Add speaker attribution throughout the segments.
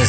Speaker 1: Ez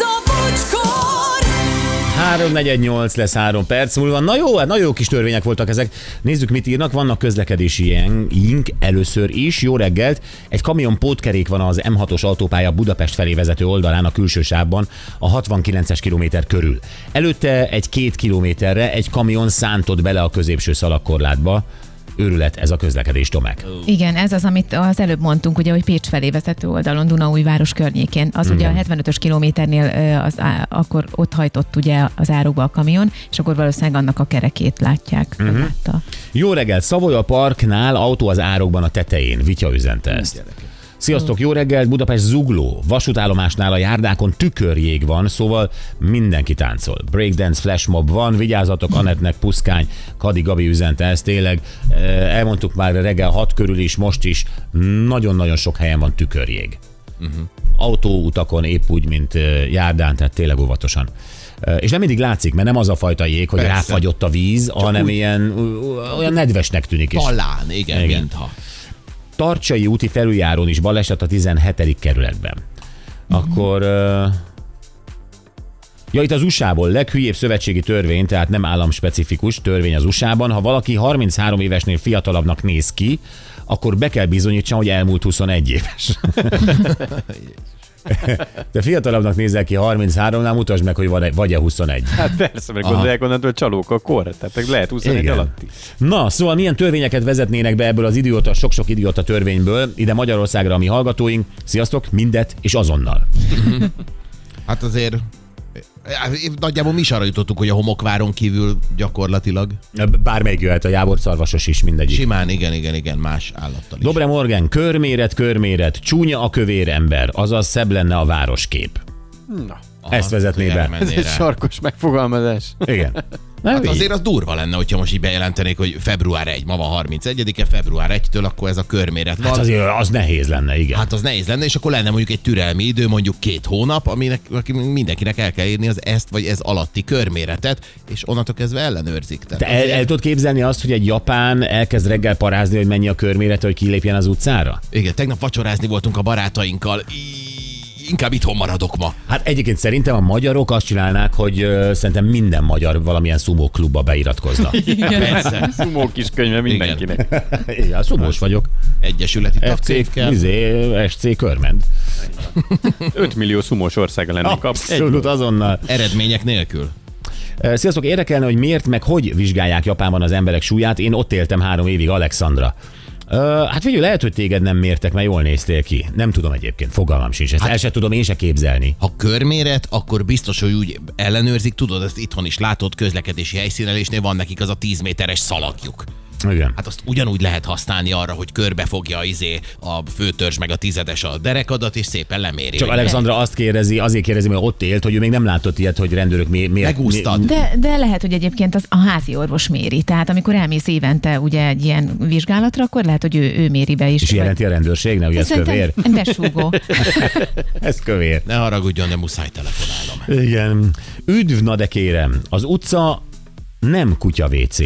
Speaker 2: a bocskor!
Speaker 3: 348 lesz 3 perc múlva. Na jó, hát nagyon jó kis törvények voltak ezek. Nézzük, mit írnak. Vannak közlekedési ilyenink először is. Jó reggelt. Egy kamion pótkerék van az M6-os autópálya Budapest felé vezető oldalán a külső sávban, a 69-es kilométer körül. Előtte egy két kilométerre egy kamion szántott bele a középső szalagkorlátba. Őrület ez a közlekedés, Tomek.
Speaker 4: Igen, ez az, amit az előbb mondtunk, ugye, hogy Pécs felé vezető oldalon, Dunaújváros környékén. Az ugye a 75-ös kilométernél ö, az, á- akkor ott hajtott ugye az áróba a kamion, és akkor valószínűleg annak a kerekét látják. Uh-huh.
Speaker 3: Mhm.
Speaker 4: Látta.
Speaker 3: Jó reggel, Savoya Parknál autó az árokban a tetején. Vitya üzente ezt. Sziasztok, jó reggelt, Budapest Zugló. Vasútállomásnál a járdákon tükörjég van, szóval mindenki táncol. Breakdance, flashmob van, vigyázzatok, Anetnek puszkány, Kadi Gabi üzente ezt tényleg. Eh, Elmondtuk már reggel 6 körül is, most is nagyon-nagyon sok helyen van tükörjég. Autóutakon épp úgy, mint eh, járdán, tehát tényleg óvatosan. Eh, És nem mindig látszik, mert nem az a fajta jég, hogy
Speaker 5: Persze.
Speaker 3: ráfagyott a víz, hanem ilyen ö- olyan nedvesnek tűnik is.
Speaker 5: Talán, igen,
Speaker 3: Igen.
Speaker 5: igen. mintha.
Speaker 3: Tarcsai úti felüljáron is baleset a 17. kerületben. Akkor... ö, Ja, itt az USA-ból leghülyébb szövetségi törvény, tehát nem államspecifikus törvény az USA-ban. Ha valaki 33 évesnél fiatalabbnak néz ki, akkor be kell bizonyítsa, hogy elmúlt 21 éves. De fiatalabbnak nézel ki 33-nál, mutasd meg, hogy van-e- vagy-e 21.
Speaker 6: Hát persze, meg gondolják onnantól csalók a kor, tehát meg lehet 21
Speaker 3: Igen.
Speaker 6: alatti.
Speaker 3: Na, szóval milyen törvényeket vezetnének be ebből az idióta, sok-sok idióta törvényből ide Magyarországra a mi hallgatóink. Sziasztok, mindet és azonnal.
Speaker 5: Hát azért eh, nagyjából mi is arra jutottuk, hogy a homokváron kívül gyakorlatilag.
Speaker 3: Bármelyik jöhet, a Jábor szarvasos is mindegyik.
Speaker 5: Simán, igen, igen, igen, más állattal is.
Speaker 3: Dobre Morgan, körméret, körméret, csúnya a kövér ember, azaz szebb lenne a városkép.
Speaker 6: Na,
Speaker 3: Aha, ezt vezetné
Speaker 5: igen,
Speaker 3: be.
Speaker 5: menné
Speaker 6: ez egy
Speaker 5: rá.
Speaker 6: sarkos megfogalmazás.
Speaker 3: Igen. Nem,
Speaker 5: Hát
Speaker 3: így.
Speaker 5: azért az durva lenne, hogyha most így bejelentenék, hogy február 1, ma van 31-e, február 1-től akkor ez a körméret van.
Speaker 3: Hát azért az nehéz lenne, igen.
Speaker 5: Hát az nehéz lenne, és akkor lenne mondjuk egy türelmi idő, mondjuk két hónap, aminek aki mindenkinek el kell írni az ezt vagy ez alatti körméretet, és onnantól kezdve ellenőrzik.
Speaker 3: Te
Speaker 5: Tehát
Speaker 3: el, el tudod képzelni azt, hogy egy japán elkezd reggel parázni, hogy mennyi a körmérete, hogy kilépjen az utcára?
Speaker 5: Igen, tegnap vacsorázni voltunk a barátainkkal, Í- inkább itthon maradok ma.
Speaker 3: Hát egyébként szerintem a magyarok azt csinálnák, hogy ö, szerintem minden magyar valamilyen szumó klubba beiratkozna.
Speaker 5: Persze,
Speaker 6: Szumó kis könyve mindenkinek.
Speaker 3: Igen, szumós vagyok.
Speaker 5: egyesületi
Speaker 3: FC,
Speaker 5: tagcégkel.
Speaker 3: izé, SC körment.
Speaker 6: 5 millió szumós országa lenne kap.
Speaker 3: Abszolút azonnal.
Speaker 5: Eredmények nélkül.
Speaker 3: Ö, Sziasztok, érdekelne, hogy miért, meg hogy vizsgálják Japánban az emberek súlyát. Én ott éltem három évig, Alexandra. Ö, hát figyelj, lehet, hogy téged nem mértek, mert jól néztél ki. Nem tudom egyébként, fogalmam sincs. Ezt hát... el se tudom én se képzelni.
Speaker 5: Ha körméret, akkor biztos, hogy úgy ellenőrzik, tudod, ezt itthon is látod, közlekedési helyszínelésnél van nekik az a 10 méteres szalagjuk.
Speaker 3: Igen.
Speaker 5: Hát azt ugyanúgy lehet használni arra, hogy körbefogja izé a főtörzs meg a tizedes a derekadat, és szépen leméri.
Speaker 3: Csak
Speaker 5: hogy
Speaker 3: Alexandra azt kérdezi, azért kérdezi, mert ott élt, hogy ő még nem látott ilyet, hogy rendőrök mi, miért...
Speaker 5: Megúsztad.
Speaker 4: De, de lehet, hogy egyébként az a házi orvos méri. Tehát amikor elmész évente ugye egy ilyen vizsgálatra, akkor lehet, hogy ő, ő méri be is.
Speaker 3: És jelenti a rendőrségnek, hogy ez kövér?
Speaker 4: Besúgó.
Speaker 3: Ez kövér.
Speaker 5: Ne haragudjon, de muszáj telefonálnom.
Speaker 3: Igen. Üdv, na de kérem, az utca nem kutya WC.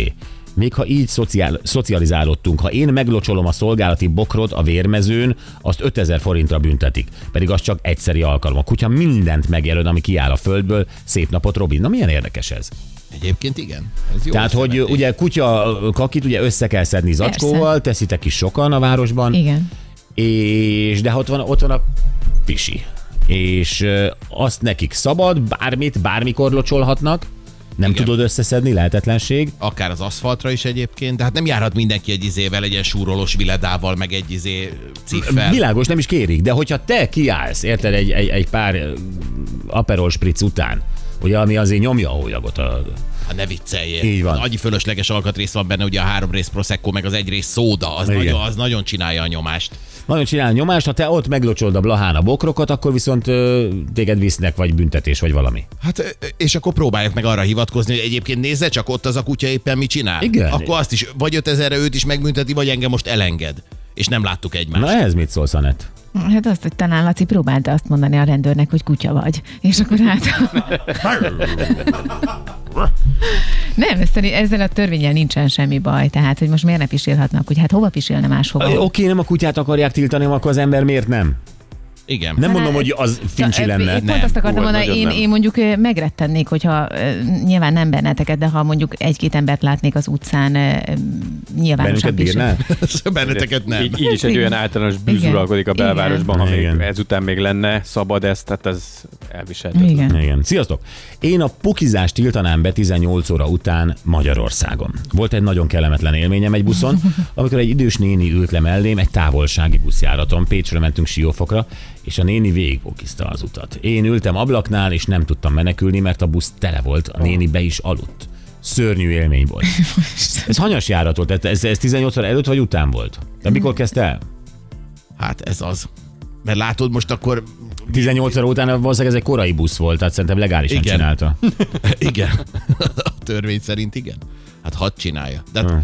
Speaker 3: Még ha így szociál, szocializálódtunk, ha én meglocsolom a szolgálati bokrot a vérmezőn, azt 5000 forintra büntetik. Pedig az csak egyszeri alkalom. A kutya mindent megjelöl, ami kiáll a földből. Szép napot, Robin. Na milyen érdekes ez?
Speaker 5: Egyébként igen. Ez jó
Speaker 3: Tehát, hogy
Speaker 5: ötlet.
Speaker 3: ugye kutya kakit ugye össze kell szedni zacskóval, teszitek is sokan a városban.
Speaker 4: Igen.
Speaker 3: és de ott van, ott van a pisi. És ö, azt nekik szabad, bármit, bármikor locsolhatnak, nem Igen.
Speaker 5: Igen.
Speaker 3: tudod összeszedni, lehetetlenség.
Speaker 5: akár az aszfaltra is egyébként, de hát nem járhat mindenki egy izével, egy ilyen súrolós viledával, meg egy izé ciffel.
Speaker 3: Világos, nem is kérik, de hogyha te kiállsz, érted, egy, egy, egy pár ö, aperol spritz után, ugye, ami azért nyomja a hólyagot. A...
Speaker 5: Hát ne vicceljél.
Speaker 3: Így van.
Speaker 5: Annyi fölösleges alkatrész van benne, ugye a három rész Prosecco, meg az egy rész szóda, az,
Speaker 3: Igen.
Speaker 5: nagyon, az nagyon csinálja a nyomást.
Speaker 3: Nagyon csinál nyomást, ha te ott meglocsold a blahán a bokrokat, akkor viszont ö, téged visznek, vagy büntetés, vagy valami.
Speaker 5: Hát, és akkor próbálják meg arra hivatkozni, hogy egyébként nézze csak ott az a kutya éppen mit csinál.
Speaker 3: Igen.
Speaker 5: Akkor azt is, vagy 5000-re őt is megbünteti, vagy engem most elenged. És nem láttuk egymást.
Speaker 3: Na ehhez mit szólsz, Anett?
Speaker 4: Hát azt, hogy talán Laci próbálta azt mondani a rendőrnek, hogy kutya vagy. És akkor hát... nem, ezzel, ezzel a törvényel nincsen semmi baj. Tehát, hogy most miért ne pisilhatnak, hogy hát hova pisilne máshova? Szóval,
Speaker 3: Ö, Oké, nem a kutyát akarják tiltani, hanem akkor az ember miért nem?
Speaker 5: Igen.
Speaker 3: Nem
Speaker 5: Nem.
Speaker 3: mondom, hogy az fincsi
Speaker 4: Ö,
Speaker 3: lenne.
Speaker 4: Én pont azt akartam
Speaker 6: hú,
Speaker 4: mondani,
Speaker 6: nagyon
Speaker 4: én,
Speaker 6: nem.
Speaker 4: én mondjuk ö, megrettennék, hogyha ö, nyilván nem benneteket, de ha mondjuk egy-két embert látnék az utcán, ö,
Speaker 3: Bennünket
Speaker 4: nyilvánosan is.
Speaker 3: bírná?
Speaker 5: Benneteket nem.
Speaker 6: Így, így is egy
Speaker 4: Igen.
Speaker 6: olyan általános bűz uralkodik a
Speaker 4: Igen.
Speaker 6: belvárosban, ha még
Speaker 3: Igen.
Speaker 6: ezután még lenne szabad ez, tehát ez elviselhetetlen.
Speaker 4: Igen.
Speaker 3: Igen. Sziasztok! Én a pukizást tiltanám be 18 óra után Magyarországon. Volt egy nagyon kellemetlen élményem egy buszon, amikor egy idős néni ült le mellém egy távolsági buszjáraton. Pécsről mentünk Siófokra, és a néni végigpokizta az utat. Én ültem ablaknál, és nem tudtam menekülni, mert a busz tele volt, a néni be is aludt. Szörnyű élmény volt. Ez hanyas járat volt? Tehát Ez, ez 18 óra előtt vagy után volt? De mikor kezdte el?
Speaker 5: Hát ez az. Mert látod, most akkor
Speaker 3: 18 óra után valószínűleg ez egy korai busz volt, tehát szerintem legálisan
Speaker 5: Igen.
Speaker 3: csinálta.
Speaker 5: Igen. A törvény szerint igen. Hát hadd csinálja. De hát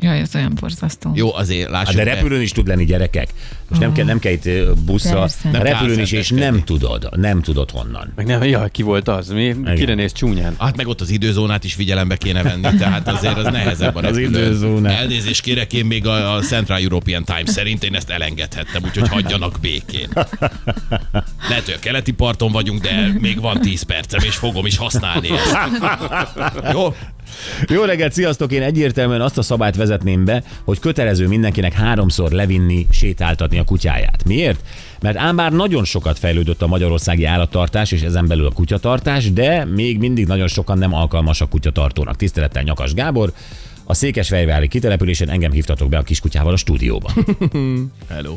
Speaker 4: Jaj, ez olyan borzasztó.
Speaker 5: jó, azért lássuk
Speaker 3: Hm. Hát de
Speaker 5: be.
Speaker 3: repülőn is tud lenni gyerekek. Most nem kell, nem kell itt ö, busszal,
Speaker 4: Persze.
Speaker 3: nem
Speaker 4: Nem
Speaker 3: repülőn is, és
Speaker 5: kárszenteskedni.
Speaker 3: nem tudod, nem tudod honnan.
Speaker 6: Meg nem, jaj, ki volt az? Mi? Igen. Kire néz csúnyán?
Speaker 5: Hát meg ott az időzónát is figyelembe kéne venni, tehát azért az nehezebb a
Speaker 3: Az
Speaker 5: repülőn.
Speaker 3: időzónát.
Speaker 5: Elnézést kérek, én még a, a Central European Time szerint én ezt elengedhettem, úgyhogy hagyjanak békén. Lehet, hogy a keleti parton vagyunk, de még van 10 percem, és fogom is használni ezt. Jó?
Speaker 3: Jó reggelt, sziasztok! Én egyértelműen azt a szabályt vezetném be, hogy kötelező mindenkinek háromszor levinni, sétáltatni a kutyáját. Miért? Mert ám már nagyon sokat fejlődött a magyarországi állattartás, és ezen belül a kutyatartás, de még mindig nagyon sokan nem alkalmas a kutyatartónak. Tisztelettel Nyakas Gábor, a Székesfehérvári kitelepülésen engem hívtatok be a kiskutyával a stúdióba.
Speaker 5: Hello.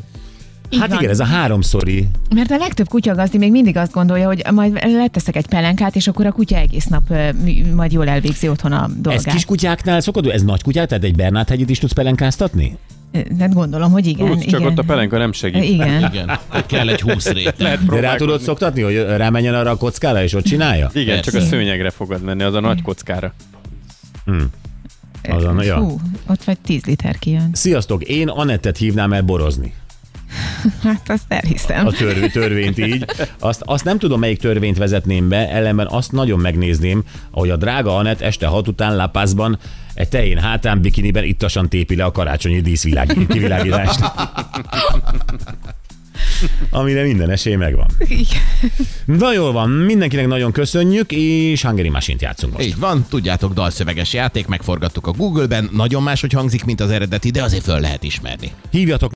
Speaker 4: Így
Speaker 3: Hát
Speaker 4: van.
Speaker 3: igen, ez a háromszori
Speaker 4: Mert a legtöbb kutyagazdi még mindig azt gondolja, hogy majd leteszek egy pelenkát, és akkor a kutya egész nap ö, mi- majd jól elvégzi otthon a
Speaker 3: Ez
Speaker 4: dolgát.
Speaker 3: kis kutyáknál szokott, ez nagy kutyák, tehát egy Bernát hegyit is tudsz pelenkáztatni?
Speaker 4: Hát gondolom, hogy igen.
Speaker 6: Plusz, csak
Speaker 4: igen.
Speaker 6: ott a pelenka nem segít.
Speaker 4: Igen.
Speaker 5: Igen, kell egy 20 réteg.
Speaker 3: De rá tudod szoktatni, hogy rámenjen arra a kockára, és ott csinálja?
Speaker 6: Igen,
Speaker 5: Persze.
Speaker 6: csak a szőnyegre fogod menni, az a nagy kockára.
Speaker 3: Az a- ja.
Speaker 4: Hú, ott vagy 10 liter kijön.
Speaker 3: Sziasztok, én Anettet hívnám el borozni.
Speaker 4: Hát azt elhiszem.
Speaker 3: A törv- törvényt így. Azt, azt nem tudom, melyik törvényt vezetném be, ellenben azt nagyon megnézném, ahogy a drága Anett este hat után Lapászban egy tején hátán bikiniben ittasan tépi le a karácsonyi díszvilág kivilágítást. Amire minden esély megvan.
Speaker 4: Igen.
Speaker 3: Na jól van, mindenkinek nagyon köszönjük, és Hungary Machine-t játszunk most.
Speaker 5: Így van, tudjátok, dalszöveges játék, megforgattuk a Google-ben, nagyon máshogy hangzik, mint az eredeti, de azért föl lehet ismerni.
Speaker 3: Hívjatok